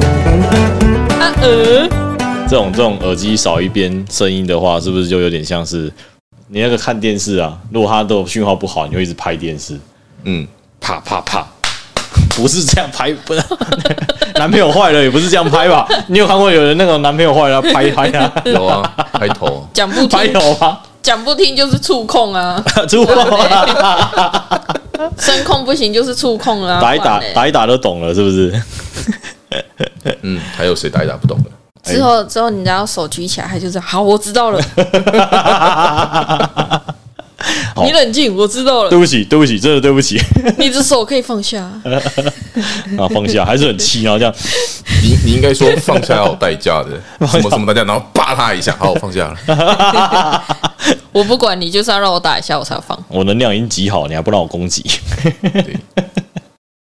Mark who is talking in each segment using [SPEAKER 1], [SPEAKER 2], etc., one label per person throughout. [SPEAKER 1] 啊呃，
[SPEAKER 2] 这种这种耳机少一边声音的话，是不是就有点像是你那个看电视啊？如果它的讯号不好，你就一直拍电视，
[SPEAKER 3] 嗯，
[SPEAKER 2] 啪啪啪，不是这样拍，不是男朋友坏了也不是这样拍吧？你有看过有人那种男朋友坏了拍一拍 啊，
[SPEAKER 3] 有啊，开头
[SPEAKER 1] 讲不
[SPEAKER 2] 拍
[SPEAKER 1] 听，
[SPEAKER 2] 有吗？
[SPEAKER 1] 讲不听就是触控 啊，
[SPEAKER 2] 出包啊了，
[SPEAKER 1] 声控不行就是触控啊，
[SPEAKER 2] 打一打
[SPEAKER 1] 不然嘞
[SPEAKER 2] 打哎一打都懂了，是不是？
[SPEAKER 3] 嗯，还有谁打一打不懂的？
[SPEAKER 1] 之后之后，你只要手举起来，他就这样。好，我知道了，
[SPEAKER 2] 好
[SPEAKER 1] 你冷静，我知道了
[SPEAKER 2] 对，不起，对不起，真的对不起
[SPEAKER 1] 你的手可以放下。
[SPEAKER 2] 啊，放下，还是很气，然后这样
[SPEAKER 3] 你你应该说放下要有代价的，什么什么代价，然后扒他一下，好，我放下了。
[SPEAKER 1] 我不管你，就是要让我打一下，我才放。
[SPEAKER 2] 我能量已经极好，你还不让我攻击？
[SPEAKER 3] 对，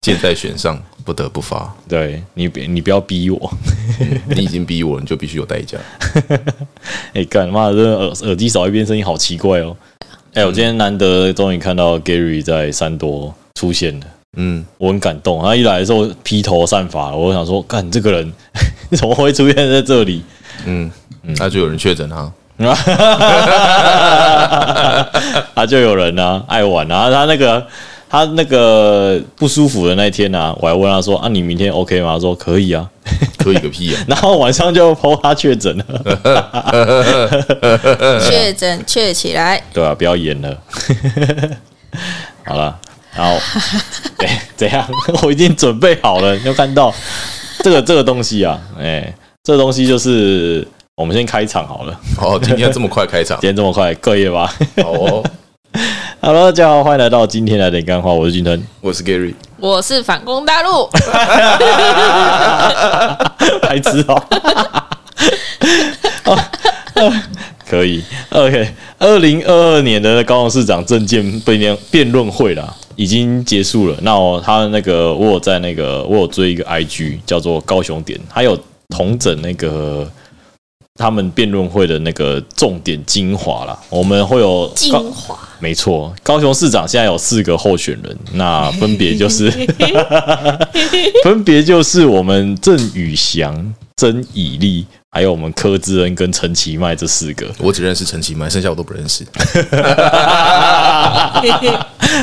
[SPEAKER 3] 箭在弦上，不得不发。
[SPEAKER 2] 对你别，你不要逼我。
[SPEAKER 3] 嗯你已经逼我了，你就必须有代价。
[SPEAKER 2] 哎、干妈的，真的耳耳机少一边声音好奇怪哦。哎、我今天难得终于看到 Gary 在三多出现了，
[SPEAKER 3] 嗯，
[SPEAKER 2] 我很感动。他一来的时候披头散发，我想说，干这个人 怎么会出现在这里？
[SPEAKER 3] 嗯，那就有人确诊他。
[SPEAKER 2] 啊，就有人啊，爱玩啊，他那个他那个不舒服的那一天啊，我还问他说啊，你明天 OK 吗？他说可以啊，
[SPEAKER 3] 可以个屁呀、
[SPEAKER 2] 然后晚上就 PO 他确诊了，呃
[SPEAKER 1] 确诊确起来，
[SPEAKER 2] 对啊，不要演了，好 了，然后哎、怎样？ 我已经准备好了，你就看到这个这个东西啊，哎、这个东西就是我们先开场好了，
[SPEAKER 3] 哦，今天这么快开场
[SPEAKER 2] 今，天这么快，各业吧。
[SPEAKER 3] 好哦。
[SPEAKER 2] h e 大家好，欢迎来到今天的点干话，我是金腾，
[SPEAKER 3] 我是 Gary，
[SPEAKER 1] 我是反攻大 陆。
[SPEAKER 2] 白痴哦。 呃可以，OK。二零二二年的高雄市长政见辩论辩论会啦，已经结束了。那我他那个我有在那个我有追一个 IG 叫做高雄点，还有同整那个他们辩论会的那个重点精华啦。我们会有
[SPEAKER 1] 精
[SPEAKER 2] 高
[SPEAKER 1] 华，
[SPEAKER 2] 没错，高雄市长现在有四个候选人，那分别就是 分别就是我们郑宇翔、曾以利，还有我们柯志恩跟陈其迈这四个。
[SPEAKER 3] 我只认识陈其迈，剩下我都不认识。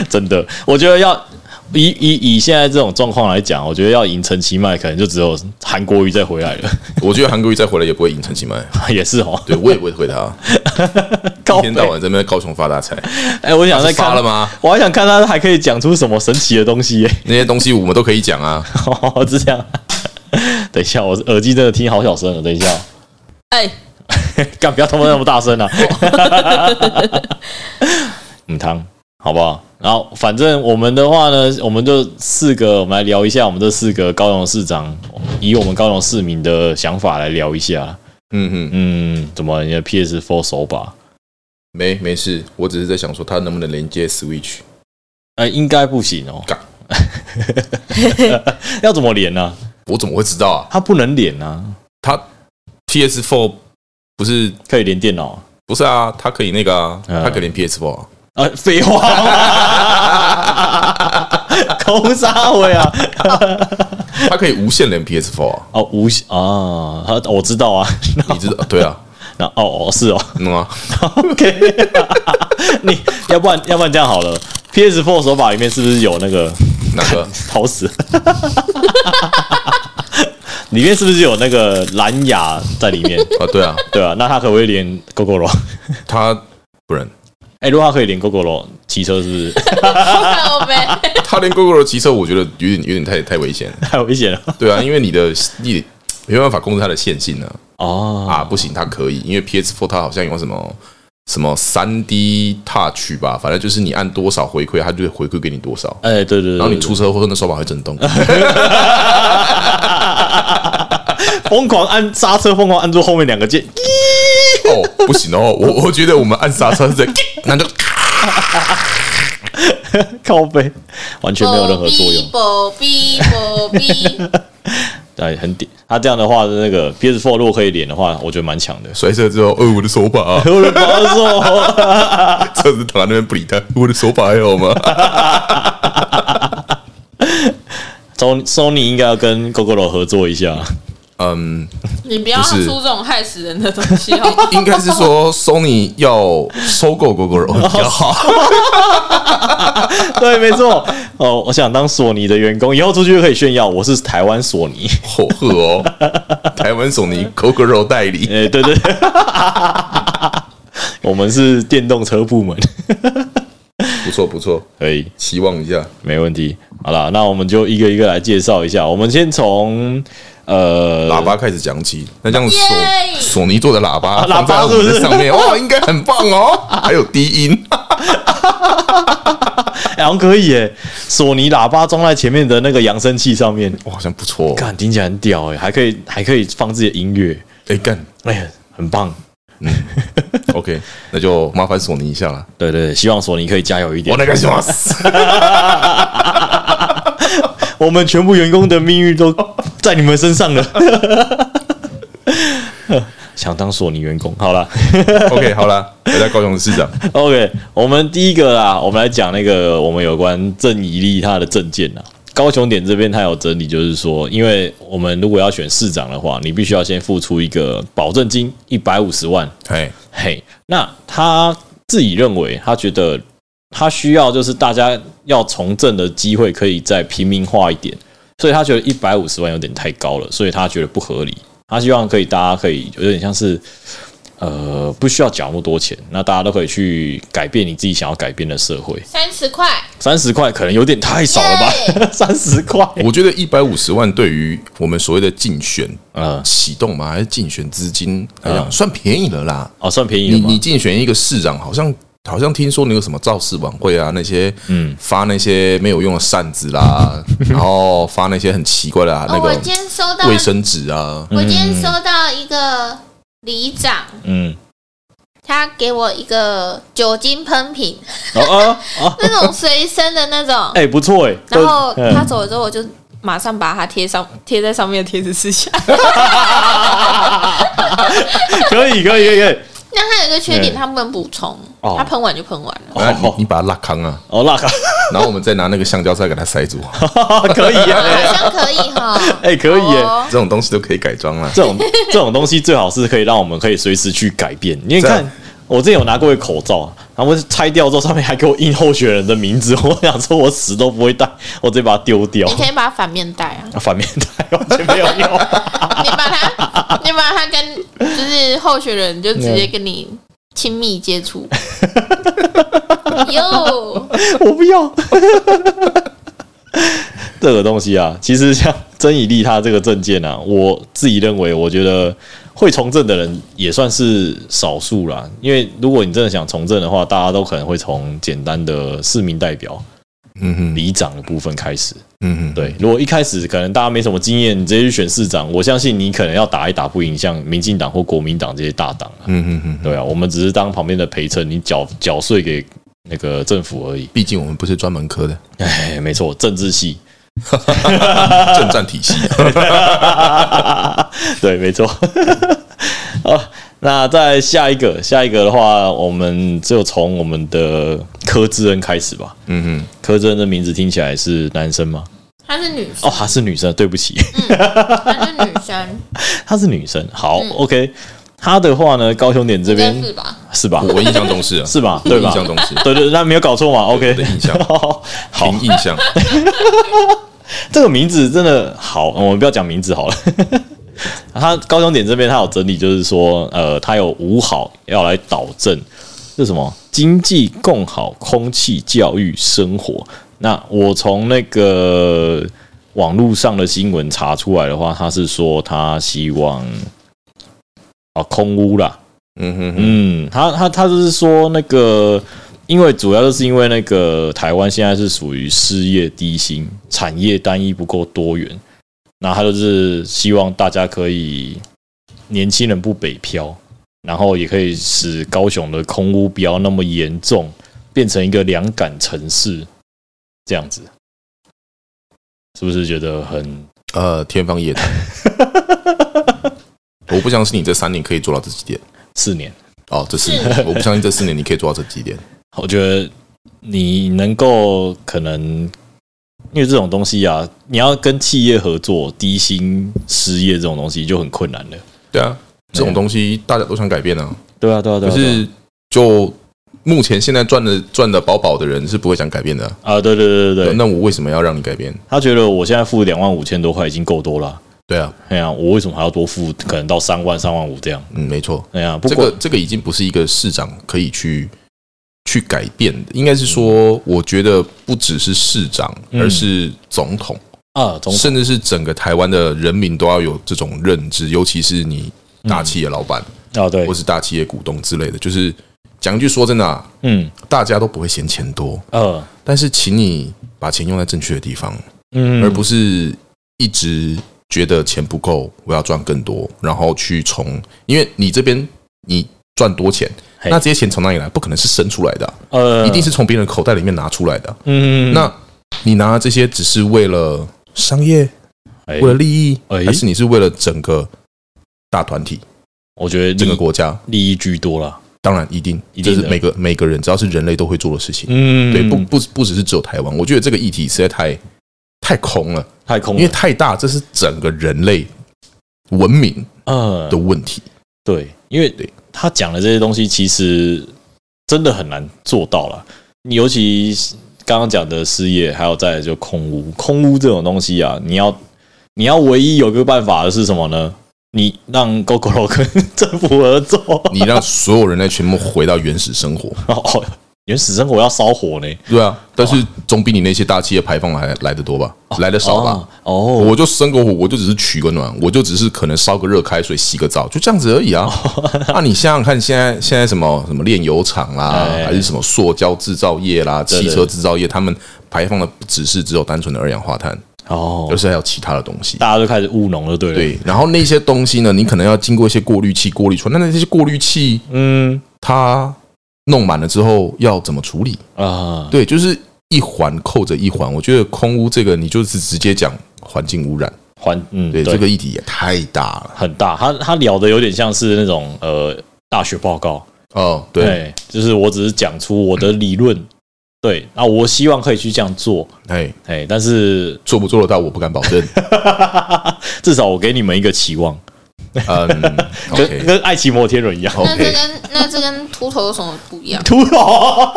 [SPEAKER 2] 真的，我觉得要以以以现在这种状况来讲，我觉得要赢陈其迈，可能就只有韩国瑜再回来了，
[SPEAKER 3] 我觉得韩国瑜再回来也不会赢陈其迈，
[SPEAKER 2] 也是哦。
[SPEAKER 3] 对我也不会回他，
[SPEAKER 2] 高
[SPEAKER 3] 一
[SPEAKER 2] 北
[SPEAKER 3] 天到晚在那边高雄发大财。
[SPEAKER 2] 哎、我想再
[SPEAKER 3] 他是发
[SPEAKER 2] 看
[SPEAKER 3] 了吗？
[SPEAKER 2] 我还想看他还可以讲出什么神奇的东西耶、
[SPEAKER 3] 那些东西我们都可以讲啊。
[SPEAKER 2] 哦，是这样。 等一下，我耳机真的听好小声了。等一下，
[SPEAKER 1] 哎、
[SPEAKER 2] 干不要他妈那么大声啊！嗯，汤，好不好？然后反正我们的话呢，我们就四个，我们来聊一下我们这四个高雄市长，以我们高雄市民的想法来聊一下。
[SPEAKER 3] 嗯嗯，
[SPEAKER 2] 嗯，怎么你的 PS Four 手把？
[SPEAKER 3] 没没事，我只是在想说他能不能连接 Switch。
[SPEAKER 2] 哎、应该不行哦
[SPEAKER 3] 干。
[SPEAKER 2] 要怎么连呢、
[SPEAKER 3] 我怎么会知道啊？
[SPEAKER 2] 它不能连啊，
[SPEAKER 3] 他 PS4 不是
[SPEAKER 2] 可以连电脑啊。
[SPEAKER 3] 不是啊？他可以那个啊，
[SPEAKER 2] 嗯
[SPEAKER 3] 他可以连 PS4 啊。
[SPEAKER 2] 啊，废话 嘛，空沙尾啊！
[SPEAKER 3] 他可以无线连 PS4 啊，
[SPEAKER 2] 哦，无锡啊，他我知道啊，
[SPEAKER 3] 你知道？对啊，
[SPEAKER 2] 那哦哦是哦
[SPEAKER 3] 嗯啊，
[SPEAKER 2] ，OK，你要不然要不然这样好了，PS4 手把里面是不是有那个
[SPEAKER 3] 哪个？
[SPEAKER 2] 好死？ 里面是不是有那个蓝牙在里面？
[SPEAKER 3] 啊，对啊，
[SPEAKER 2] 对啊，那它可不可以连 GoGo 罗？
[SPEAKER 3] 他不然
[SPEAKER 2] 哎、如果它可以连 GoGo 罗骑车，是不是
[SPEAKER 1] 靠呗，
[SPEAKER 3] 他连 GoGo 的骑车，我觉得有点有点太太危险了。
[SPEAKER 2] 太危险哦了？
[SPEAKER 3] 对啊，因为你的你没办法控制它的线性啊。
[SPEAKER 2] 哦，
[SPEAKER 3] 啊，不行，它可以，因为 PS4 它好像有什么什么三 D Touch 吧，反正就是你按多少回馈，它就会回馈给你多少。
[SPEAKER 2] 哎、对对对，
[SPEAKER 3] 然后你
[SPEAKER 2] 对
[SPEAKER 3] 出车祸，那手把会震动。
[SPEAKER 2] 疯狂按刹车，疯狂按住后面两个键，
[SPEAKER 3] 哦，不行哦，我我觉得我们按刹车是在，那就。
[SPEAKER 2] 靠背，完全没有任何作用。
[SPEAKER 1] 哦 啵哔啵哔啵哔，
[SPEAKER 2] 哎，很点。他这样的话，那个 PS4 如果可以连的话，我觉得蛮强的
[SPEAKER 3] 摔车之后，哦，我的手把、
[SPEAKER 2] 我的保守，
[SPEAKER 3] 车子躺在那边不理他，我的手把还好吗？
[SPEAKER 2] 索 Sony 应该要跟 Gogoro 合作一下。
[SPEAKER 3] 嗯，
[SPEAKER 1] 你不要
[SPEAKER 3] 不
[SPEAKER 1] 出
[SPEAKER 3] 是
[SPEAKER 1] 这种害死人的东西 好吗？
[SPEAKER 3] 应该是说 Sony 要收购 GoGo 比较好，
[SPEAKER 2] 对，没错。 哦，我想当索尼的员工，以后出去就可以炫耀我是台湾索尼。
[SPEAKER 3] 好喝哦，台湾索尼 GoGo 代理。
[SPEAKER 2] 哎、对对对， 我们是电动车部 门，
[SPEAKER 3] 不错不错，
[SPEAKER 2] 可以，
[SPEAKER 3] 期望一下。
[SPEAKER 2] 没问题。好了，那我们就一个一个来介绍一下。我们先从呃，
[SPEAKER 3] 喇叭开始讲起，那这样索
[SPEAKER 1] 耶
[SPEAKER 3] 索尼做的喇叭
[SPEAKER 2] 喇叭
[SPEAKER 3] 放在我们
[SPEAKER 2] 是
[SPEAKER 3] 的
[SPEAKER 2] 不是
[SPEAKER 3] 上面，哇，应该很棒哦，还有低音，
[SPEAKER 2] 哎好像可以耶，索尼喇叭装在前面的那个扬声器上面，
[SPEAKER 3] 哇，好像不错哦。
[SPEAKER 2] 看听起来很屌哎，还可以还可以放自己的音乐，
[SPEAKER 3] 哎，干
[SPEAKER 2] 哎呀，很棒。
[SPEAKER 3] ，OK，那就麻烦索尼一下了。
[SPEAKER 2] 对对对，希望索尼可以加油一点
[SPEAKER 3] 我。那个什么，死
[SPEAKER 2] 我们全部员工的命运都 在你们身上了。 想当索尼员工，好了。
[SPEAKER 3] ，OK，好了，回到高雄市长，
[SPEAKER 2] OK，我们第一个啦，我们来讲那个我们有关郑怡丽她的证件啦。高雄点这边他有整理，就是说，因为我们如果要选市长的话，你必须要先付出一个保证金一百五十万。
[SPEAKER 3] 哎，
[SPEAKER 2] 嘿，那他自己认为，他觉得他需要就是大家要从政的机会可以再平民化一点，所以他觉得一百五十万有点太高了，所以他觉得不合理。他希望可以大家可以有点像是呃不需要缴那么多钱，那大家都可以去改变你自己想要改变的社会。
[SPEAKER 1] 三十块，
[SPEAKER 2] 三十块可能有点太少了吧？ 三十块，
[SPEAKER 3] 我觉得一百五十万对于我们所谓的竞选
[SPEAKER 2] 嗯，
[SPEAKER 3] 启动嘛，还是竞选资金来讲，
[SPEAKER 2] 嗯
[SPEAKER 3] 算便宜了啦。
[SPEAKER 2] 哦，算便宜
[SPEAKER 3] 你
[SPEAKER 2] 了吗
[SPEAKER 3] 你？竞选一个市长，好像好像听说你有什么造势晚会啊，那些嗯发那些没有用的扇子 啦，然后发那些很奇怪的、啊、那
[SPEAKER 4] 哦，我
[SPEAKER 3] 个
[SPEAKER 4] 今天收到，
[SPEAKER 3] 卫生纸
[SPEAKER 2] 哦
[SPEAKER 3] 啊，
[SPEAKER 4] 我今天收到一个里长，
[SPEAKER 2] 嗯，
[SPEAKER 4] 他给我一个酒精喷瓶，
[SPEAKER 2] 哦哦哦，
[SPEAKER 4] 那种随身的那种，
[SPEAKER 2] 哎，不错哎。
[SPEAKER 4] 然后
[SPEAKER 2] 都嗯
[SPEAKER 4] 他走了之后，我就马上把它贴上，贴在上面的贴纸 撕下。
[SPEAKER 2] 嗯 可以可以可以可以，
[SPEAKER 4] 那它有一个缺
[SPEAKER 2] 嗯
[SPEAKER 4] 点，它不能补充，
[SPEAKER 2] 哦
[SPEAKER 4] 它喷完就喷完了。
[SPEAKER 2] 哦
[SPEAKER 3] 然后哎你你把它拉康啊，
[SPEAKER 2] 哦，那个。
[SPEAKER 3] 然后我们再拿那个橡胶塞给它塞住，
[SPEAKER 2] 可以哎呀、
[SPEAKER 4] 啊好像可以哈，
[SPEAKER 2] 哎、 可以耶、
[SPEAKER 4] 好哦
[SPEAKER 3] 这种东西都可以改装啊。
[SPEAKER 2] 这种 这种东西最好是可以让我们可以随时去改变。因为
[SPEAKER 3] 这
[SPEAKER 2] 看
[SPEAKER 3] 样
[SPEAKER 2] 我之前有拿过一个口罩，啊然后拆掉之后上面还给我印候选人的名字，我想说我死都不会戴，我直接把它丢掉
[SPEAKER 4] 你。可以把它反面戴啊，
[SPEAKER 2] 反面戴完全没有用，
[SPEAKER 4] 你把它，你把它跟就是候选人就直接跟
[SPEAKER 2] 嗯
[SPEAKER 4] 你亲密 接触。哟，
[SPEAKER 2] 我不要。 这个东西啊，其实像曾以利他这个证件啊，我自己认为，我觉得会从政的人也算是少数啦。因为如果你真的想从政的话，大家都可能会从简单的市民代表、
[SPEAKER 3] 嗯哼，
[SPEAKER 2] 里长的部分开始。
[SPEAKER 3] 嗯哼，
[SPEAKER 2] 对，如果一开始可能大家没什么经验，你直接去选市长，我相信你可能要打一打不赢像民进党或国民党这些大党啊。
[SPEAKER 3] 嗯哼哼，
[SPEAKER 2] 对啊，我们只是当旁边的陪衬，你缴缴税给那个政府而已。
[SPEAKER 3] 毕竟我们不是专门科 的
[SPEAKER 2] 哎，没错，政 治系。
[SPEAKER 3] 政战体系，啊
[SPEAKER 2] 对，没错。 好，那再下一个，下一个的话，我们就从我们的柯志恩开始吧。
[SPEAKER 3] 嗯哼，
[SPEAKER 2] 柯志恩的名字听起来是男生吗？
[SPEAKER 4] 她是女生
[SPEAKER 2] 哦，，她是女生，对不起，
[SPEAKER 4] 她是女生，
[SPEAKER 2] 她是女生。好、o k 她的话呢，高雄点这
[SPEAKER 4] 应该
[SPEAKER 2] 边
[SPEAKER 4] 是吧？
[SPEAKER 2] 是吧？
[SPEAKER 3] 我印象中是啊，
[SPEAKER 2] 是吧？
[SPEAKER 3] 我
[SPEAKER 2] 对
[SPEAKER 3] 印
[SPEAKER 2] 吧？
[SPEAKER 3] 象中是
[SPEAKER 2] 对对，那没有搞错嘛？OK，
[SPEAKER 3] 我的印象
[SPEAKER 2] 好，好
[SPEAKER 3] 凭印象，
[SPEAKER 2] 这个名字真的好，我们不要讲名字好了。 他高雄点这边他有整理，就是说，呃，他有五好要来导正，这什么经济共好、空气、教育、生活。那我从那个网络上的新闻查出来的话，他是说他希望啊空屋啦，
[SPEAKER 3] 嗯哼哼，
[SPEAKER 2] 嗯，他他他就是说那个，因为主要就是因为那个台湾现在是属于失业低薪，产业单一不够多元，那他就是希望大家可以年轻人不北漂，然后也可以使高雄的空屋不要那么严重，变成一个两感城市，这样子，是不是觉得很
[SPEAKER 3] 呃，天方夜谭。我不相信你这三年可以做到这几点。
[SPEAKER 2] 四年，
[SPEAKER 3] 哦，这四年，我不相信这四年你可以做到这几点。
[SPEAKER 2] 我觉得你能够可能。因为这种东西啊，你要跟企业合作，低薪失业这种东西就很困难了。
[SPEAKER 3] 对啊，这种东西大家都想改变啊，
[SPEAKER 2] 对啊，对啊，对
[SPEAKER 3] 可
[SPEAKER 2] 啊，对啊
[SPEAKER 3] 是就目前现在赚的赚的饱饱的人是不会想改变的啊、
[SPEAKER 2] 啊，对对对对对，
[SPEAKER 3] 那我为什么要让你改变？
[SPEAKER 2] 他觉得我现在付两万五千多块已经够多了啊、
[SPEAKER 3] 对啊，
[SPEAKER 2] 哎呀、我为什么还要多付？可能到三万、三万五这样。
[SPEAKER 3] 嗯，没错，
[SPEAKER 2] 哎呀、不
[SPEAKER 3] 这
[SPEAKER 2] 过、
[SPEAKER 3] 个这个已经不是一个市长可以去去改变的，应该是说，我觉得不只是市长，
[SPEAKER 2] 嗯
[SPEAKER 3] 而是总统，
[SPEAKER 2] 啊，总
[SPEAKER 3] 甚至是整个台湾的人民都要有这种认知，尤其是你大企业老板、
[SPEAKER 2] 啊，对
[SPEAKER 3] 或，是大企业股东之类的。就是讲一句说真的、啊，
[SPEAKER 2] 嗯，
[SPEAKER 3] 大家都不会嫌钱多，
[SPEAKER 2] 呃，
[SPEAKER 3] 但是请你把钱用在正确的地方，
[SPEAKER 2] 嗯，
[SPEAKER 3] 而不是一直觉得钱不够，我要赚更多，然后去从，因为你这边你赚多钱，
[SPEAKER 2] 嘿
[SPEAKER 3] 那这些钱从哪里来？不可能是生出来的啊、
[SPEAKER 2] 呃，
[SPEAKER 3] 一定是从别人口袋里面拿出来的啊。
[SPEAKER 2] 嗯，
[SPEAKER 3] 那你拿这些只是为了商业，
[SPEAKER 2] 哎
[SPEAKER 3] 为了利益，
[SPEAKER 2] 哎
[SPEAKER 3] 还是你是为了整个大团体、
[SPEAKER 2] 我觉得
[SPEAKER 3] 整
[SPEAKER 2] 这
[SPEAKER 3] 个
[SPEAKER 2] 个
[SPEAKER 3] 国家？
[SPEAKER 2] 利益居多啦。
[SPEAKER 3] 当然一定，
[SPEAKER 2] 一定
[SPEAKER 3] 这
[SPEAKER 2] 的
[SPEAKER 3] 是每个每个人只要是人类都会做的事情。
[SPEAKER 2] 嗯，
[SPEAKER 3] 对，不不不只是只有台湾，我觉得这个议题实在太太空了。
[SPEAKER 2] 太空了，
[SPEAKER 3] 因为太大，这是整个人类文明
[SPEAKER 2] 呃
[SPEAKER 3] 的，问题。
[SPEAKER 2] 对，因为
[SPEAKER 3] 对
[SPEAKER 2] 他讲的这些东西，其实真的很难做到了。你尤其是刚刚讲的失业，还有再来就空屋，空屋这种东西啊，你要你要唯一有一个办法的是什么呢？你让 GoGo 跟 政府 合作，
[SPEAKER 3] 你让所有人类全部回到原始生 活，
[SPEAKER 2] 哦，原始生活要烧火呢，
[SPEAKER 3] 对啊，但是总比你那些大企业排放来来的多吧，来的少吧。
[SPEAKER 2] 哦哦哦，
[SPEAKER 3] 我就生个火，我就只是取个暖，我就只是可能烧个热开水、洗个澡，就这样子而已啊。
[SPEAKER 2] 哦
[SPEAKER 3] 啊，你想想看，现在现在什么什么炼油厂啦，
[SPEAKER 2] 哎
[SPEAKER 3] 还是什么塑胶制造业啦、
[SPEAKER 2] 对对
[SPEAKER 3] 汽车制造业，他们排放的不只是只有单纯的二氧化碳，
[SPEAKER 2] 哦
[SPEAKER 3] 而，是还有其他的东西。
[SPEAKER 2] 大家都开始务农了，对了，
[SPEAKER 3] 对，然后那些东西呢，你可能要经过一些过滤器过滤出来。那那些过滤器
[SPEAKER 2] 嗯
[SPEAKER 3] 它弄满了之后要怎么处理？
[SPEAKER 2] 啊，
[SPEAKER 3] 对，就是一环扣着一环。我觉得空污这个，你就是直接讲环境污染，
[SPEAKER 2] 环嗯，
[SPEAKER 3] 对这个议题也太大了。
[SPEAKER 2] 很大，他他聊的有点像是那种呃大学报告，
[SPEAKER 3] 哦，对，
[SPEAKER 2] 哎就是我只是讲出我的理论， 对，啊，我希望可以去这样做，
[SPEAKER 3] 哎，
[SPEAKER 2] 哎，但 是
[SPEAKER 3] 做不做得到，我不敢保 证。
[SPEAKER 2] 至少我给你们一个期望，
[SPEAKER 3] 嗯
[SPEAKER 2] 跟
[SPEAKER 3] ，OK 哦
[SPEAKER 2] 跟爱奇摩天轮一 样，
[SPEAKER 4] 那这
[SPEAKER 3] OK，
[SPEAKER 4] 跟那这跟秃头有什么不一 样？
[SPEAKER 2] 秃头，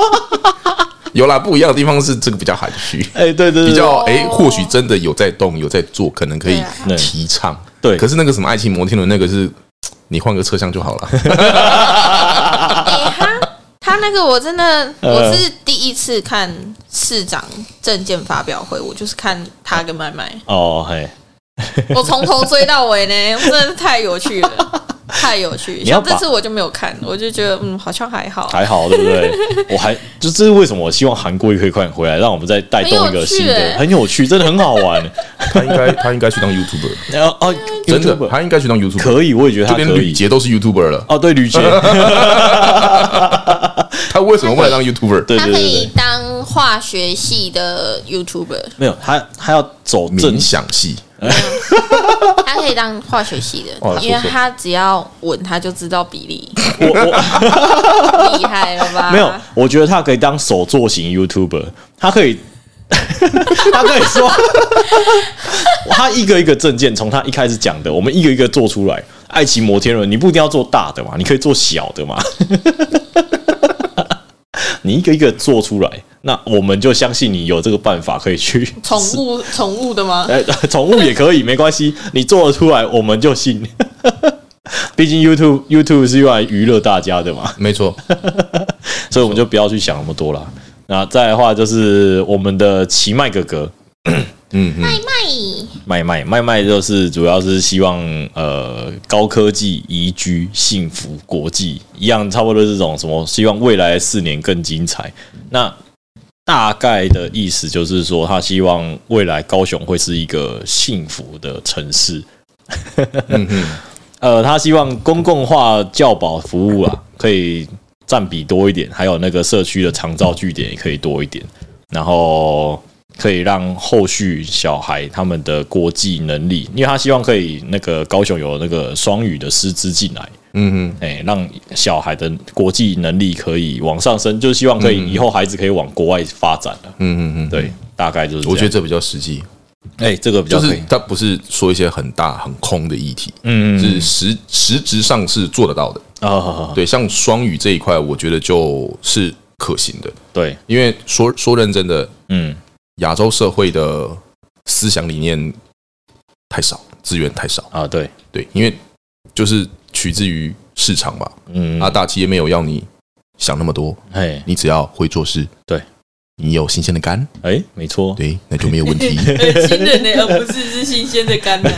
[SPEAKER 3] 有啦，不一样的地方是这个比较含蓄，
[SPEAKER 2] 哎，对对对，
[SPEAKER 3] 比较哎，或许真的有在动，有在做，可能可以
[SPEAKER 4] 对啊
[SPEAKER 2] 对
[SPEAKER 3] 提倡。
[SPEAKER 2] 对，
[SPEAKER 3] 可是那个什么爱情摩天轮，那个是你换个车厢就好 了。
[SPEAKER 4] 哎他他那个我真的
[SPEAKER 2] 呃
[SPEAKER 4] 我是第一次看市长证件发表会，我就是看他跟 麦麦，
[SPEAKER 2] 哦，嘿，
[SPEAKER 4] 我从头追到尾呢，真的是太有 趣了。太有趣，
[SPEAKER 2] 你要
[SPEAKER 4] 像
[SPEAKER 2] 把
[SPEAKER 4] 这次我就没有看，我就觉得嗯，好像还好，
[SPEAKER 2] 还好，对 不对？我还就这是为什么我希望韩国也可以快点回来，让我们再带动一个新的，很
[SPEAKER 4] 很
[SPEAKER 2] 有欸趣，真的很好 玩。
[SPEAKER 3] 他应该他应该去当 YouTuber，
[SPEAKER 2] 然后哦，
[SPEAKER 3] 真的
[SPEAKER 2] YouTuber
[SPEAKER 3] 他应该去当 YouTuber，
[SPEAKER 2] 可以，我啊也觉得
[SPEAKER 3] 就
[SPEAKER 2] 他
[SPEAKER 3] 连
[SPEAKER 2] 可
[SPEAKER 3] 吕
[SPEAKER 2] 以。
[SPEAKER 3] 杰都是 YouTuber 了，
[SPEAKER 2] 哦，对，吕杰，
[SPEAKER 3] 他为什么会来当 YouTuber？
[SPEAKER 2] 对
[SPEAKER 4] 他
[SPEAKER 2] 对对
[SPEAKER 4] 可
[SPEAKER 2] 对
[SPEAKER 4] 以
[SPEAKER 2] 对，
[SPEAKER 4] 当化学系的 YouTuber，
[SPEAKER 2] 没有他，他要走正
[SPEAKER 3] 冥想系，
[SPEAKER 4] 他可以当化学系
[SPEAKER 3] 哇
[SPEAKER 4] 的，因为
[SPEAKER 3] 不错
[SPEAKER 4] 他只要闻他就知道比例，
[SPEAKER 2] 我我
[SPEAKER 4] 厉害了吧？
[SPEAKER 2] 没有，我觉得他可以当手作型 YouTuber，他可以， 他可以说，他一个一个证件，从他一开始讲的，我们一个一个做出来。爱奇摩天轮，你不一定要做大的嘛，你可以做小的嘛， 你一个一个做出来，那我们就相信你有这个办法可以去
[SPEAKER 4] 宠物宠物的吗？
[SPEAKER 2] 哎，宠物也可以，没关系，你做得出来，我们就信。毕竟 YouTube YouTube 是用来娱乐大家的嘛，
[SPEAKER 3] 没错，
[SPEAKER 2] 所以我们就不要去想那么多了。那再来的话就是我们的奇麦哥哥
[SPEAKER 3] 嗯嗯，
[SPEAKER 4] 卖
[SPEAKER 2] 麦麦麦麦，就是主要是希望呃高科技宜居幸福国际一样，差不多是这种什么，希望未来四年更精彩。那大概的意思就是说，他希望未来高雄会是一个幸福的城市。
[SPEAKER 3] 嗯嗯，
[SPEAKER 2] 呃，他希望公共化教保服务啊，可以占比多一点，还有那个社区的长照据点也可以多一点，然后可以让后续小孩他们的国际能力，因为他希望可以那个高雄有那个双语的师资进来，
[SPEAKER 3] 嗯
[SPEAKER 2] 哎、让小孩的国际能力可以往上升，就是希望可以以后孩子可以往国外发展了。
[SPEAKER 3] 嗯嗯嗯，
[SPEAKER 2] 对，大概就是这样
[SPEAKER 3] 我觉得这比较实际，
[SPEAKER 2] 哎、这个比较
[SPEAKER 3] 就
[SPEAKER 2] 可以
[SPEAKER 3] 是它不是说一些很大很空的议题，
[SPEAKER 2] 嗯
[SPEAKER 3] 是实实质上是做得到的。
[SPEAKER 2] 啊、好好好
[SPEAKER 3] 对，像双语这一块，我觉得就是可行的，
[SPEAKER 2] 对，
[SPEAKER 3] 因为说说认真的，
[SPEAKER 2] 嗯，
[SPEAKER 3] 亚洲社会的思想理念太少，资源太少，
[SPEAKER 2] 啊，对，
[SPEAKER 3] 对，因为就是取自于市场嘛，
[SPEAKER 2] 嗯，
[SPEAKER 3] 啊，，大企业没有要你想那么多，
[SPEAKER 2] 哎，
[SPEAKER 3] 你只要会做事，
[SPEAKER 2] 对
[SPEAKER 3] 你有新鲜的肝，
[SPEAKER 2] 哎，没错，
[SPEAKER 3] 对，那就没有问题。
[SPEAKER 4] 新人呢，而不是是新鲜的肝奶。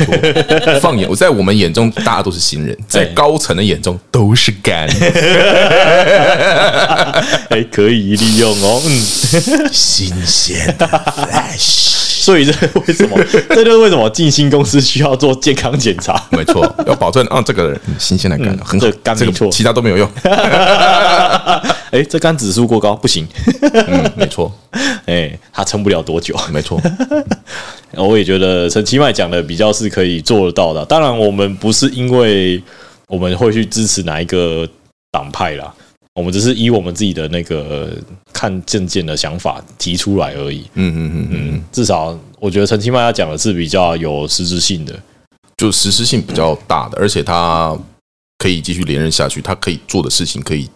[SPEAKER 3] 放眼我在我们眼中，大家都是新人，在高层的眼中都是肝，
[SPEAKER 2] 哎，可以利用哦，嗯，
[SPEAKER 3] 新鲜 的 flash。
[SPEAKER 2] 所以这为什么？这就是为什么进新公司需要做健康检查。
[SPEAKER 3] 没错，要保证啊，这个人新鲜的肝
[SPEAKER 2] 嗯
[SPEAKER 3] 很
[SPEAKER 2] 这
[SPEAKER 3] 好
[SPEAKER 2] 个，肝
[SPEAKER 3] 这
[SPEAKER 2] 没错
[SPEAKER 3] 个其他都没有用。
[SPEAKER 2] 哎，这肝指数过高不行，
[SPEAKER 3] 嗯，没错，
[SPEAKER 2] 哎，他撑不了多久。
[SPEAKER 3] 没错，
[SPEAKER 2] 我也觉得陈其迈讲的比较是可以做得到的。当然，我们不是因为我们会去支持哪一个党派啦，我们只是以我们自己的那个看政见的想法提出来而已。
[SPEAKER 3] 嗯嗯嗯嗯，
[SPEAKER 2] 嗯，至少我觉得陈其迈要讲的是比较有实质性的。
[SPEAKER 3] 就实施性比较大的，而且他可以继续连任下去，他可以做的事情可以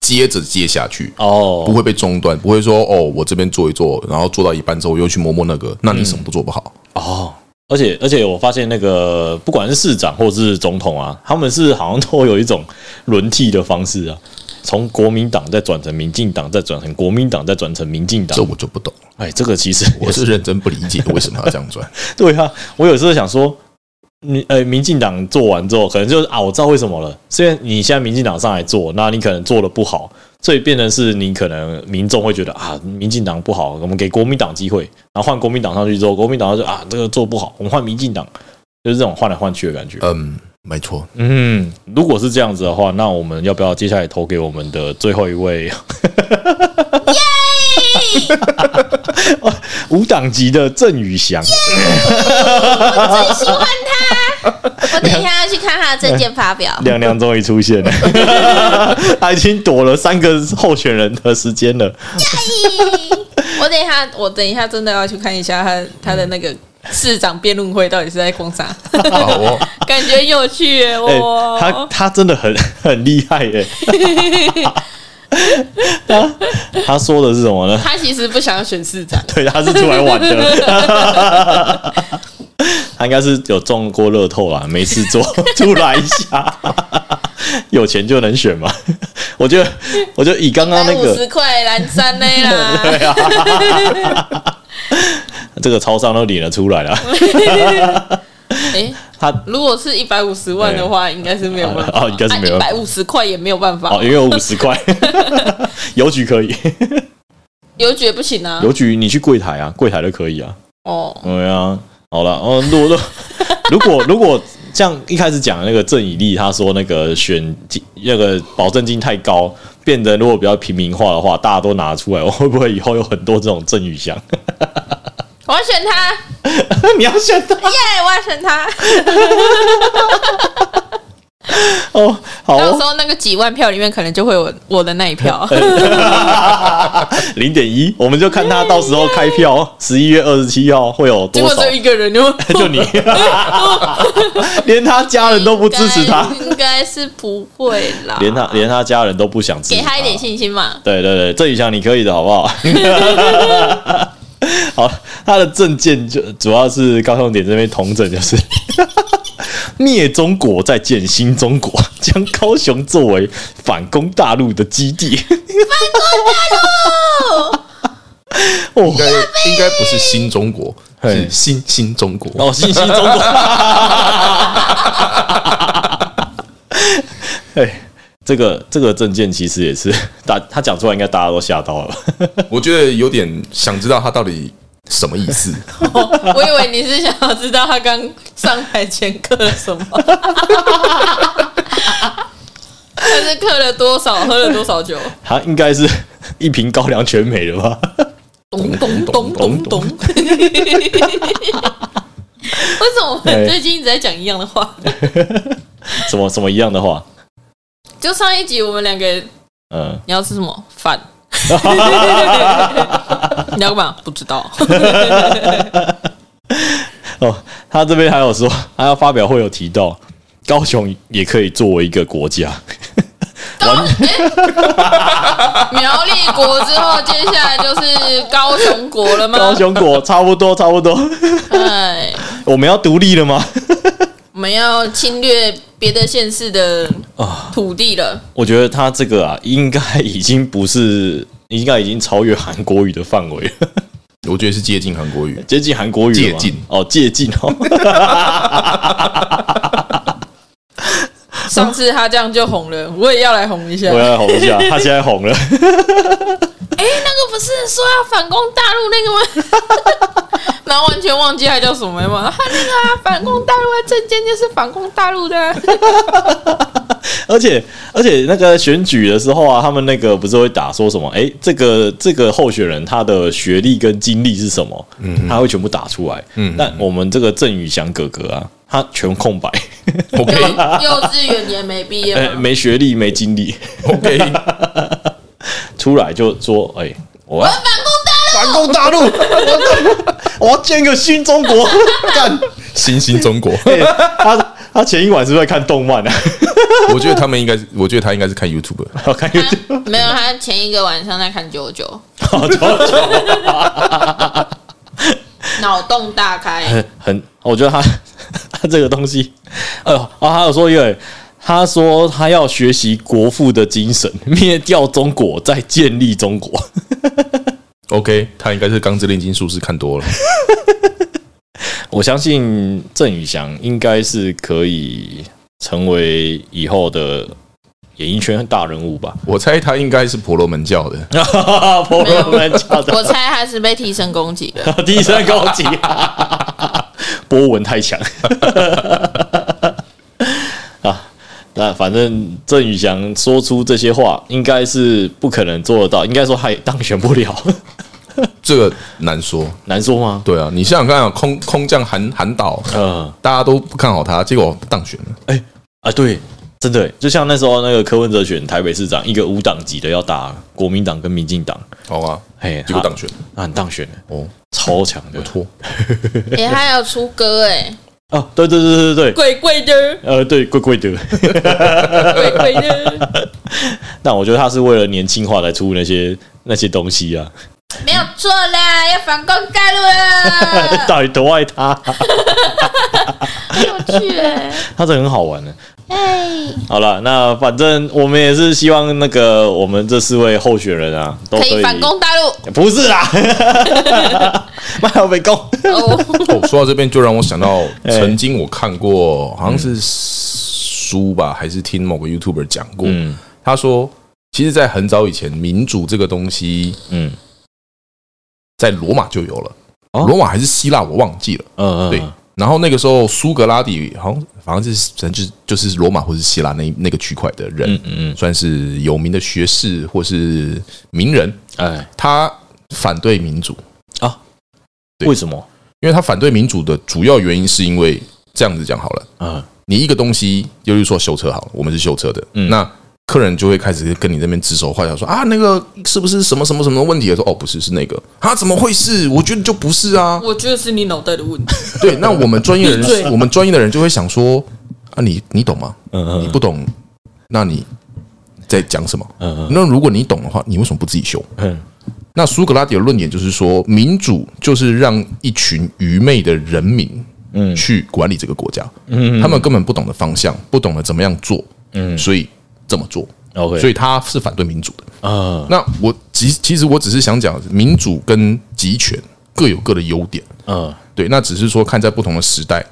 [SPEAKER 3] 接着接下去，
[SPEAKER 2] 哦，
[SPEAKER 3] 不会被中断，不会说哦，我这边做一做，然后做到一半之后又去摸摸那个，那
[SPEAKER 2] 嗯
[SPEAKER 3] 你什么都做不好。
[SPEAKER 2] 哦，而且而且我发现那个不管是市长或是总统啊，他们是好像都有一种轮替的方式啊，从国民党再转成民进党，再转成国民党，再转成民进党
[SPEAKER 3] 这。我就不懂，
[SPEAKER 2] 哎，这个其实
[SPEAKER 3] 我是认真不理解为什么要这样 转。
[SPEAKER 2] 对啊，我有时候想说，你呃，民进党做完之后，可能就是啊，我知道为什么了。虽然你现在民进党上来做，那你可能做的不好，所以变成是你可能民众会觉得啊，民进党不好，我们给国民党机会，然后换国民党上去之后，国民党就啊，这个做不好，我们换民进党，就是这种换来换去的感觉。
[SPEAKER 3] 嗯，没错，
[SPEAKER 2] 嗯，如果是这样子的话，那我们要不要接下来投给我们的最后一 位？哦无党籍的郑宇翔，
[SPEAKER 4] 我最喜欢他，我等一下要去看他的证件发 表。
[SPEAKER 2] 亮亮终于出现 了，他已经躲了三个候选人的时间了。
[SPEAKER 4] 我等一下，我等一下真的要去看一下他他的那个市长辩论会到底是在攻 啥，
[SPEAKER 3] 好哦，
[SPEAKER 4] 感觉很有趣耶！
[SPEAKER 2] 哎、
[SPEAKER 4] 哇，
[SPEAKER 2] 他他真的很 很厉害 耶、他他说的是什么呢？
[SPEAKER 4] 他其实不想要选市长，
[SPEAKER 2] 对，他是出来玩的。 他应该是有中过乐透啦，没事做， 出来一下， 有钱就能选嘛。我觉得，我觉得以刚刚那
[SPEAKER 4] 五
[SPEAKER 2] 个啊
[SPEAKER 4] 十块蓝山的 啦，
[SPEAKER 2] 这个超商都领了出来了，
[SPEAKER 4] 哎。
[SPEAKER 2] 他
[SPEAKER 4] 如果是一百五十万
[SPEAKER 2] 哎
[SPEAKER 4] 的话，应该是没有办法。啊
[SPEAKER 2] 哦应该是没有
[SPEAKER 4] 一
[SPEAKER 2] 办
[SPEAKER 4] 百
[SPEAKER 2] 法
[SPEAKER 4] 五十块也没有办法。
[SPEAKER 2] 哦，因为有五十块， 邮局可以，
[SPEAKER 4] 邮局也不行啊。
[SPEAKER 2] 邮局你去柜台啊，柜台都可以啊。
[SPEAKER 4] 哦，
[SPEAKER 2] 对啊，好了，哦，如果 如果如果像一开始讲的那个郑以利，他说那个选金那个保证金太高，变得如果比较平民化的话，大家都拿出来， 我会不会以后有很多这种郑宇翔？
[SPEAKER 4] 我要选他，
[SPEAKER 2] 你要选他
[SPEAKER 4] 耶！我要选他。
[SPEAKER 2] 哦，好
[SPEAKER 4] 到时
[SPEAKER 2] 哦，哎
[SPEAKER 4] 候那个几万票里面，可能就会有我的那 一票。
[SPEAKER 2] 零点一，我们就看他到时候开 票，十一月二十七号会有
[SPEAKER 4] 结
[SPEAKER 2] 多少
[SPEAKER 4] 果只有？一个人哦就
[SPEAKER 2] 就你， 连他家人都不支持 他，
[SPEAKER 4] 应该应该是不会啦。
[SPEAKER 2] 连他连他家人都不想支持
[SPEAKER 4] 给他一点信心嘛。
[SPEAKER 2] 对对对，这一项你可以的好不好？ 好，他的证件就主要是高雄点这边同整，就是 灭中国再建新中国，将高雄作为反攻大陆的基地。 反攻
[SPEAKER 3] 应
[SPEAKER 2] 大
[SPEAKER 3] 该应该不是新中国，
[SPEAKER 2] 嘿
[SPEAKER 3] 是新新中国。
[SPEAKER 2] 陆！哦，哦，新新中国。 哎，这个这个证件其实也是大，他讲出来应该大家都吓到了吧。
[SPEAKER 3] 我觉得有点想知道他到底什么意思。
[SPEAKER 2] 啊
[SPEAKER 4] 我以为你是想要知道他刚上台前刻了什么，他是刻了多少，喝了多少酒。
[SPEAKER 2] 他应该是一瓶高粱全没了吧？
[SPEAKER 4] 咚咚咚咚咚。为什么我
[SPEAKER 2] 哎
[SPEAKER 4] 们最近一直在讲一样的话？
[SPEAKER 2] 什么什么一样的话，
[SPEAKER 4] 就上一集我们两个，
[SPEAKER 2] 嗯，
[SPEAKER 4] 你要吃什么 饭？你要干嘛？不知 道。
[SPEAKER 2] 哦，他这边还有说，他要发表会有提到，高雄也可以作为一个国家，
[SPEAKER 4] 高苗栗国之后，接下来就是高雄国了吗？
[SPEAKER 2] 高雄国差不多差不多，
[SPEAKER 4] 哎，
[SPEAKER 2] 我们要独立了吗？
[SPEAKER 4] 我们要侵略别的县市的土地了。
[SPEAKER 2] 我觉得他这个啊，应该已经不是，应该已经超越韩国语的范围了，
[SPEAKER 3] 我觉得是接近韩国语。
[SPEAKER 2] 接近韩国语了吗
[SPEAKER 3] 接近
[SPEAKER 2] 哦，接近哦，
[SPEAKER 4] 上次他这样就红了，我也要来红一下。
[SPEAKER 2] 我要红一下，他现在红了，
[SPEAKER 4] 哎、那个不是说要反攻大陆那个 吗？然后完全忘记他叫什么了嘛？他那个啊，反攻大陆啊，证件就是反攻大陆的啊、
[SPEAKER 2] 而且而且那个选举的时候啊，他们那个不是会打说什么？哎、这个这个候选人他的学历跟经历是什么？嗯，他会全部打出来。嗯，但我们这个郑宇翔哥哥啊，他全空白，
[SPEAKER 4] 幼
[SPEAKER 3] OK
[SPEAKER 4] 幼稚园也没毕业
[SPEAKER 2] 哎、
[SPEAKER 4] 嘛，
[SPEAKER 2] 没学历，没经历，
[SPEAKER 3] OK，
[SPEAKER 2] 出来就说，哎、我要
[SPEAKER 4] 反攻大
[SPEAKER 3] 反攻大陆，
[SPEAKER 2] 我要建一个新中国。
[SPEAKER 3] 干新兴中国。
[SPEAKER 2] 哎他他前一晚是不是在看动漫啊？
[SPEAKER 3] 我觉得他们应该是，我觉得他应该是看 YouTube。
[SPEAKER 2] 我看 YouTube，
[SPEAKER 4] 陆。没有，他前一个晚上在看 九九，
[SPEAKER 2] 好久久
[SPEAKER 4] 脑洞大 开。
[SPEAKER 2] 很很，我觉得他 他这个东西，哎呦啊，还有说一个，他说他要学习国父的精神，灭掉中国，再建立中国。
[SPEAKER 3] OK，他应该是《钢之炼金术士》看多了。
[SPEAKER 2] 我相信郑宇翔应该是可以成为以后的演艺圈大人物吧？
[SPEAKER 3] 我猜他应该是婆罗门教的。
[SPEAKER 2] 婆罗门教的
[SPEAKER 4] 我猜他是被替身攻 击的，
[SPEAKER 2] 第三高级，波纹太强 啊！那反正郑宇翔说出这些话，应该是不可能做得到，应该说还当选不了，
[SPEAKER 3] 这个难说。
[SPEAKER 2] 难说吗？
[SPEAKER 3] 对啊，你想想看啊，空空降韩韩导，
[SPEAKER 2] 呃，
[SPEAKER 3] 大家都不看好他，结果当选了。
[SPEAKER 2] 啊，对，真的耶，就像那时候那个柯文哲选台北市长，一个无党籍的要打国民党跟民进党，
[SPEAKER 3] 好啊，
[SPEAKER 2] 哎，
[SPEAKER 3] 结果当选了。
[SPEAKER 2] 他，很当选了，
[SPEAKER 3] 哦，
[SPEAKER 2] 超强的
[SPEAKER 3] 不错。
[SPEAKER 4] 哎、他要出歌哎、
[SPEAKER 2] 啊！对对对对对，
[SPEAKER 4] 贵贵的，
[SPEAKER 2] 呃，对，贵 贵的。
[SPEAKER 4] 贵贵的，
[SPEAKER 2] 但我觉得他是为了年轻化来出那些那些东西啊。
[SPEAKER 4] 没有错啦，要反攻大陆啊了，
[SPEAKER 2] 到底多爱他、
[SPEAKER 4] 很 有趣哎、
[SPEAKER 2] 他真的很好玩的。
[SPEAKER 4] 哎，
[SPEAKER 2] 好了，那反正我们也是希望那个我们这四位候选人啊，都
[SPEAKER 4] 可
[SPEAKER 2] 可以
[SPEAKER 4] 以反攻大陆
[SPEAKER 2] 不是 啦，麦有被攻。
[SPEAKER 4] 哦，
[SPEAKER 3] 哦，说到这边就让我想到，曾经我看过，好像是哎书吧，还是听某个 YouTuber 讲过，
[SPEAKER 2] 嗯
[SPEAKER 3] 他说，其实，在很早以前，民主这个东西
[SPEAKER 2] 嗯
[SPEAKER 3] 在罗马就有了，
[SPEAKER 2] 哦
[SPEAKER 3] 罗马还是希腊，我忘记了。
[SPEAKER 2] 嗯，
[SPEAKER 3] 对，然后那个时候苏格拉底好像好像是反正就是就是罗马或是希腊那那个区块的人，
[SPEAKER 2] 嗯嗯嗯，
[SPEAKER 3] 算是有名的学士或是名人，
[SPEAKER 2] 哎
[SPEAKER 3] 他反对民主，对
[SPEAKER 2] 为什么？
[SPEAKER 3] 因为他反对民主的主要原因是因为这样子讲好了，
[SPEAKER 2] 嗯
[SPEAKER 3] 你一个东西，就是说修车好了，我们是修车的，
[SPEAKER 2] 嗯
[SPEAKER 3] 那。客人就会开始跟你这边指手画脚说啊，那个是不是什么什么什么问题？说哦，不是，是那个啊，怎么会是？我觉得就不是啊。
[SPEAKER 4] 我觉得是你脑袋的问 题。
[SPEAKER 3] 对，那我们专业
[SPEAKER 4] 闭嘴
[SPEAKER 3] 人，我们专业的人就会想说啊，你你懂吗？
[SPEAKER 2] 嗯
[SPEAKER 3] 你
[SPEAKER 2] 嗯
[SPEAKER 3] 不懂，那你在讲什么？
[SPEAKER 2] 嗯
[SPEAKER 3] 那如果你懂的话，你为什么不自己修？
[SPEAKER 2] 嗯
[SPEAKER 3] 那苏格拉底的论点就是说，民主就是让一群愚昧的人民，
[SPEAKER 2] 嗯
[SPEAKER 3] 去管理这个国家，他们根本不懂得方向，不懂得怎么样做，
[SPEAKER 2] 嗯
[SPEAKER 3] 所以这么做，
[SPEAKER 2] ，OK，
[SPEAKER 3] 所
[SPEAKER 2] 以
[SPEAKER 3] 以他是反对民主的。
[SPEAKER 2] 嗯
[SPEAKER 3] 那我其其实我只是想讲，民主跟集权各有各的优点，
[SPEAKER 2] 嗯
[SPEAKER 3] 对，那只是说看在不同的时代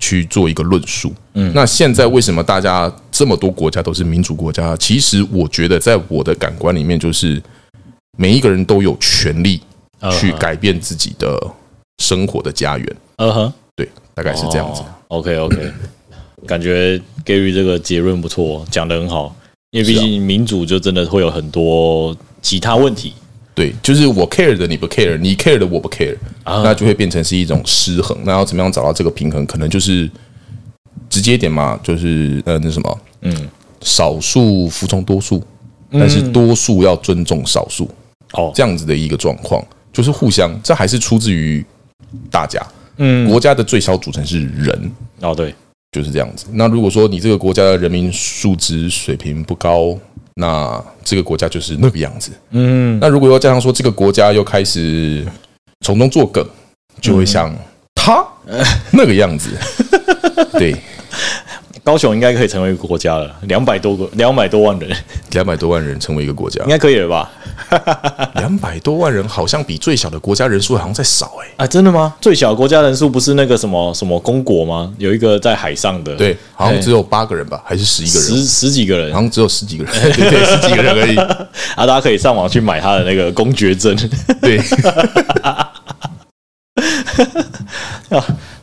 [SPEAKER 3] 去做一个论述。嗯，那现在为什么大家这么多国家都是民主国家？其实我觉得，在我的感官里面，就是每一个人都有权利去改变自己的生活的家园。
[SPEAKER 2] 嗯哼，
[SPEAKER 3] 对，大概是这样子。
[SPEAKER 2] OK OK，感觉 Gary 这个结论不错，讲的很好，因为毕
[SPEAKER 3] 是啊
[SPEAKER 2] 竟民主就真的会有很多其他问题。
[SPEAKER 3] 对，就是我 care 的你不 care，你 care 的我不 care，、那就会变成是一种失衡。那要怎么样找到这个平衡？可能就是直接一点嘛，就是呃那什么，嗯，少数服从多数，但是多数要尊重少数，
[SPEAKER 2] 哦，
[SPEAKER 3] 这样子的一个状况，就是互相，这还是出自于大家。嗯，国家的最小组成是人，
[SPEAKER 2] 哦对，
[SPEAKER 3] 就是这样子。那如果说你这个国家的人民素质水平不高，那这个国家就是那个样子。嗯，那如果又加上说这个国家又开始从中作梗，就会像 他那个样子。对，
[SPEAKER 2] 高雄应该可以成为一个国家了，两百多个，两百多万 人，
[SPEAKER 3] 两百多万人成为一个国家
[SPEAKER 2] 应，该可以了吧？
[SPEAKER 3] 两百多万人好像比最小的国家人数好像再少哎、
[SPEAKER 2] 啊，真的吗？最小国家人数不是那个什么什么公国吗？有一个在海上的，
[SPEAKER 3] 对，好像只
[SPEAKER 2] 有
[SPEAKER 3] 有八个人吧，还是十一个人？
[SPEAKER 2] 十十几个人
[SPEAKER 3] 好像只有十几 个人，对对，十几个人而已。
[SPEAKER 2] 啊，大家可以上网去买他的那个公爵 证。
[SPEAKER 3] 对，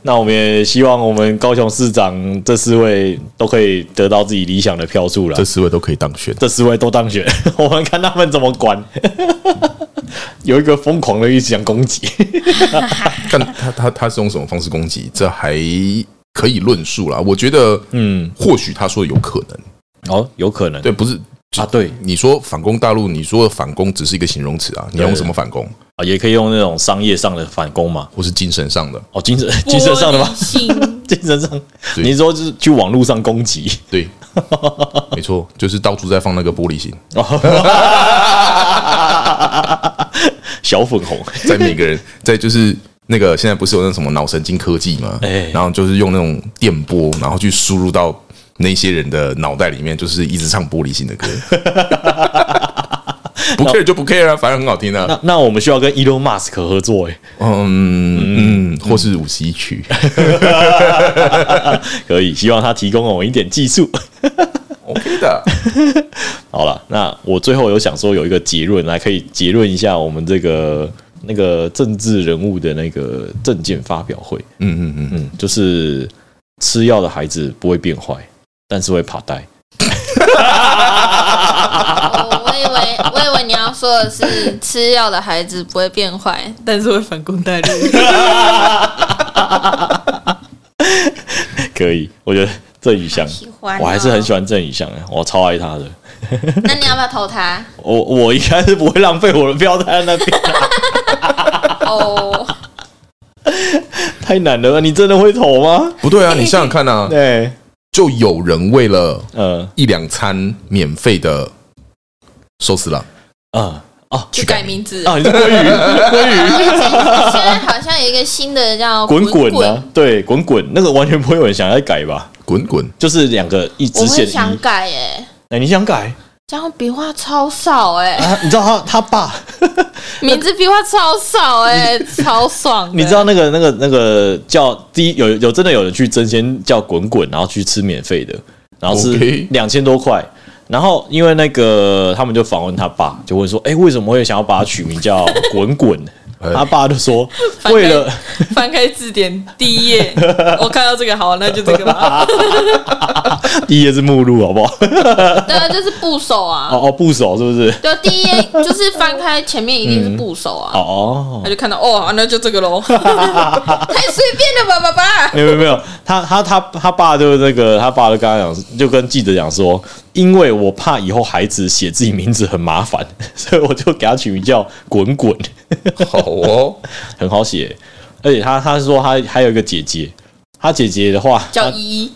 [SPEAKER 2] 那我们也希望我们高雄市长这四位都可以得到自己理想的票数了
[SPEAKER 3] 这，四位都可以当选。
[SPEAKER 2] 这四位都当选， 我们看他们怎么管。 有一个疯狂的一直想攻击，
[SPEAKER 3] 但他他他是用什么方式攻击？这还可以论述啦。我觉得，嗯，或许他说有可能，
[SPEAKER 2] 哦，有可能
[SPEAKER 3] 对，不是
[SPEAKER 2] 啊，对
[SPEAKER 3] 你说反攻大陆，你说的反攻只是一个形容词啊，你要用什么反攻？
[SPEAKER 2] 啊，也可以用那种商业上的反攻嘛，
[SPEAKER 3] 或是精神上的？
[SPEAKER 2] 哦，精神精神上的吗
[SPEAKER 4] 玻璃？心
[SPEAKER 2] 精神上，
[SPEAKER 3] 对
[SPEAKER 2] 你说就是去网络上攻击，
[SPEAKER 3] 对， 没错，就是到处在放那个玻璃心，
[SPEAKER 2] 小粉红，
[SPEAKER 3] 在每个人在就是。那个现在不是有那什么脑神经科技吗？
[SPEAKER 2] 哎
[SPEAKER 3] 然后就是用那种电波，然后去输入到那些人的脑袋里面，就是一直唱玻璃心的歌。不 care 就不 care 啊，反正很好听啊。
[SPEAKER 2] 那那我们需要跟 Elon Musk 合作哎、
[SPEAKER 3] 嗯嗯，或是五十一区，
[SPEAKER 2] 可以，希望他提供我们一点技术。
[SPEAKER 3] OK 的。
[SPEAKER 2] 好了，那我最后有想说有一个结论来可以结论一下我们这个那个政治人物的那个政见发表会，
[SPEAKER 3] 嗯嗯嗯，
[SPEAKER 2] 嗯，就是吃药的孩子不会变坏，但是会怕呆。
[SPEAKER 4] 哦我以为我以为你要说的是吃药的孩子不会变坏，但是会反攻大陆。
[SPEAKER 2] 可以，我觉得郑宇翔，
[SPEAKER 4] 喜欢哦
[SPEAKER 2] 我还是很喜欢郑宇翔的，啊我超爱他的。
[SPEAKER 4] 那你要不要投 他？
[SPEAKER 2] 我我应该是不会浪费我的票在那边，
[SPEAKER 4] 哦，
[SPEAKER 2] 太难了。你真的会投吗？
[SPEAKER 3] 不对啊，你想想看啊，
[SPEAKER 2] 对，
[SPEAKER 3] 就有人为了
[SPEAKER 2] 嗯
[SPEAKER 3] 一两餐免费的寿司郎，
[SPEAKER 2] 嗯，哦
[SPEAKER 4] 就改名字。
[SPEAKER 2] 啊，你是鲑鱼，鲑鱼。
[SPEAKER 4] 而且 现在好像有一个新的叫
[SPEAKER 2] 滚滚啊，对，滚滚那个完全不会有人想要改吧？
[SPEAKER 3] 滚滚，
[SPEAKER 2] 就是两个一
[SPEAKER 4] 我
[SPEAKER 2] 直
[SPEAKER 4] 会
[SPEAKER 2] 线一
[SPEAKER 4] 想，改耶，
[SPEAKER 2] 哎，你想改
[SPEAKER 4] 这样笔画超少 哎，
[SPEAKER 2] 啊？你知道他他爸，
[SPEAKER 4] 名字笔画超少哎，超爽的。
[SPEAKER 2] 你知道那个那个那个叫第一有有真的有人去争先叫滚滚，然后去吃免费的，然后是
[SPEAKER 3] OK
[SPEAKER 2] 两千多块。然后，因为那个他们就访问他爸，就问说：“哎，为什么会想要把它取名叫滚滚？”
[SPEAKER 3] 哎
[SPEAKER 2] 他爸就说：“
[SPEAKER 4] 翻开
[SPEAKER 2] 为了
[SPEAKER 4] 翻开字典第一 页，我看到这个好，那就这个吧。
[SPEAKER 2] 第一啊页是目录，好 不好？
[SPEAKER 4] 对啊，就是部首啊。
[SPEAKER 2] 哦哦，部首是不是？
[SPEAKER 4] 对，第一页就是翻开前面一定是部首啊。
[SPEAKER 2] 哦哦，
[SPEAKER 4] 他就看到哦，那就这 个喽，太随便了吧，爸爸。
[SPEAKER 2] 没有没有没有，他他他他爸就是那个他爸就跟他讲，就跟记者讲说，因为我怕以后孩子写自己名字很麻烦，所以我就给他取名叫滚滚，
[SPEAKER 3] 好哦，
[SPEAKER 2] 很好写。而且他他说他还有一个姐姐，他姐姐的话
[SPEAKER 4] 叫
[SPEAKER 2] 她
[SPEAKER 4] 依依，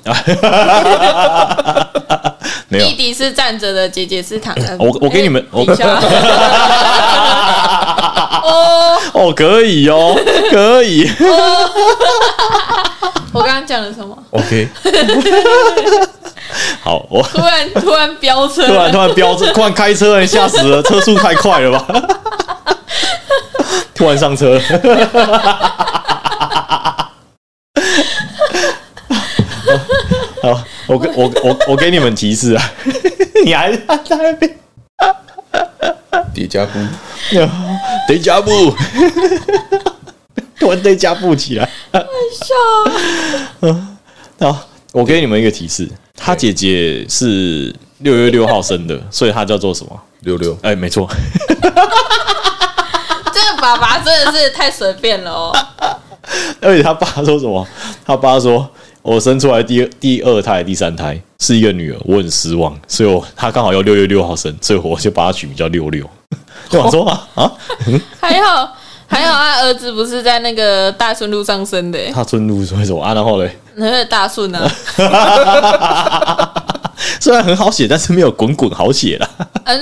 [SPEAKER 2] 没有
[SPEAKER 4] 弟，弟是站着的，姐姐是躺着。
[SPEAKER 2] 我我给你们
[SPEAKER 4] 哎
[SPEAKER 2] 我
[SPEAKER 4] 等 一下 哦，
[SPEAKER 2] 哦，可以哦， 可以，
[SPEAKER 4] 我刚刚讲了什么？
[SPEAKER 3] ，OK，
[SPEAKER 2] 好，我
[SPEAKER 4] 突然突然飙车，
[SPEAKER 2] 突然突然飙车，突 然开车，哎吓死了，车速太快了吧？ 突然上车了。 好，我给我我我给你们提示啊， 你还在那边
[SPEAKER 3] 叠加菇，
[SPEAKER 2] 得加布，突然得加布起来。
[SPEAKER 4] 笑。
[SPEAKER 2] 啊，我给你们一个提示，他姐姐是六月六号生的，所以她叫做什么？
[SPEAKER 3] 六六，
[SPEAKER 2] 哎，没错，
[SPEAKER 4] 爸爸真的是太随便了哦。
[SPEAKER 2] 而且他爸说什么？他爸说，我生出来第二第二胎、第三胎是一个女儿，我很失望，所以我他刚好要六月六号生，所以我就把他取名叫六 六。我想说啊啊，
[SPEAKER 4] 还好还好，他儿子不是在那个大顺路上生的欸，
[SPEAKER 2] 他尊路说什么啊？然后嘞，
[SPEAKER 4] 那个大顺啊，
[SPEAKER 2] 哦虽然很好写，但是没有滚滚好写啦。
[SPEAKER 4] 啊就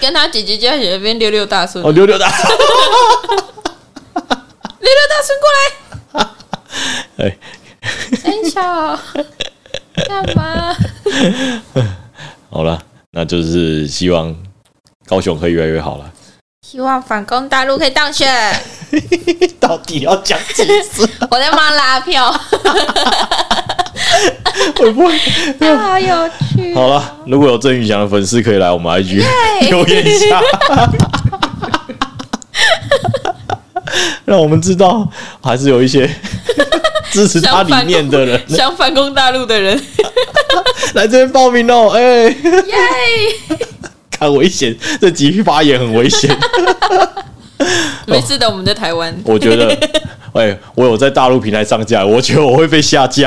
[SPEAKER 4] 跟他姐姐家姐那边溜溜大顺，
[SPEAKER 2] 哦，
[SPEAKER 4] 溜
[SPEAKER 2] 六六的，
[SPEAKER 4] 溜大顺过来。
[SPEAKER 2] 哎，
[SPEAKER 4] 很巧，干嘛？
[SPEAKER 2] 好了，那就是希望高雄可以越来越好了。
[SPEAKER 4] 希望反攻大陆可以当选，
[SPEAKER 2] 到底要讲几 次？
[SPEAKER 4] 我在帮他拉票，
[SPEAKER 2] 会不会？
[SPEAKER 4] 好有趣。
[SPEAKER 2] 好了，如果有郑宇翔的粉丝，可以来我们 IG 留言一下，让我们知道还是有一些支持他理念的人
[SPEAKER 4] 想反攻大陆的人，
[SPEAKER 2] 来这边报名哦。哎、
[SPEAKER 4] 耶！
[SPEAKER 2] 看危险，这集发言很危险。
[SPEAKER 4] 没事的，我们在台湾。
[SPEAKER 2] 我觉得，哎、我有在大陆平台上架，我觉得我会被下架。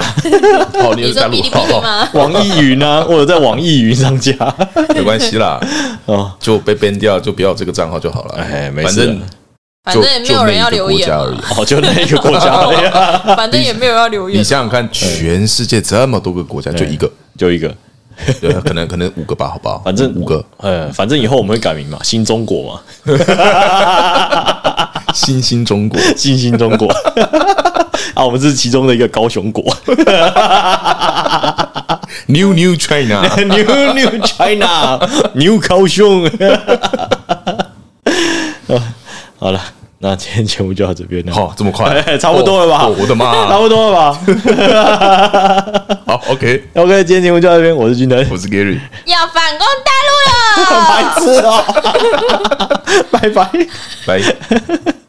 [SPEAKER 3] 好，你也是
[SPEAKER 4] 你说
[SPEAKER 3] 大陆
[SPEAKER 4] 哔哩
[SPEAKER 3] 好
[SPEAKER 4] 哔哩
[SPEAKER 3] 好，
[SPEAKER 4] 吗？
[SPEAKER 2] 网易云啊，我有在网易云上架。
[SPEAKER 3] 没关系啦，
[SPEAKER 2] 哦，
[SPEAKER 3] 就被 ban 掉，就不要有这个账号就好了。
[SPEAKER 2] 哎没
[SPEAKER 3] 反
[SPEAKER 2] 事
[SPEAKER 3] 正
[SPEAKER 4] 反
[SPEAKER 3] 就
[SPEAKER 4] 正也没有人要留言
[SPEAKER 3] 就那一个
[SPEAKER 4] 嘛
[SPEAKER 3] 国家而已。
[SPEAKER 2] 哦，就那一个国家的呀，
[SPEAKER 4] 反正也没有人要留
[SPEAKER 3] 你
[SPEAKER 4] 言。
[SPEAKER 3] 想想看，全世界这么多个国家，就一个，
[SPEAKER 2] 就一个。
[SPEAKER 3] 对，可能可能五个吧，好不好？
[SPEAKER 2] 反正
[SPEAKER 3] 五个，
[SPEAKER 2] 呃，反正以后我们会改名嘛，新中国嘛，
[SPEAKER 3] 新兴中国，
[SPEAKER 2] 新兴中 国啊，我们是其中的一个高雄国
[SPEAKER 3] New New China，
[SPEAKER 2] ，New New China，New 高雄。啊 好了，那今天节目就到这边了。，
[SPEAKER 3] 好，哦这么快
[SPEAKER 2] 差不多了吧
[SPEAKER 3] 哦我的
[SPEAKER 2] 差
[SPEAKER 3] 妈！
[SPEAKER 2] 不多了吧
[SPEAKER 3] 好，OK，
[SPEAKER 2] ？OK，今天节目就到这边，我是君腾，
[SPEAKER 3] 我是 Gary，
[SPEAKER 4] 要反攻 大陆了！
[SPEAKER 2] 白痴哦，拜拜。
[SPEAKER 3] 拜。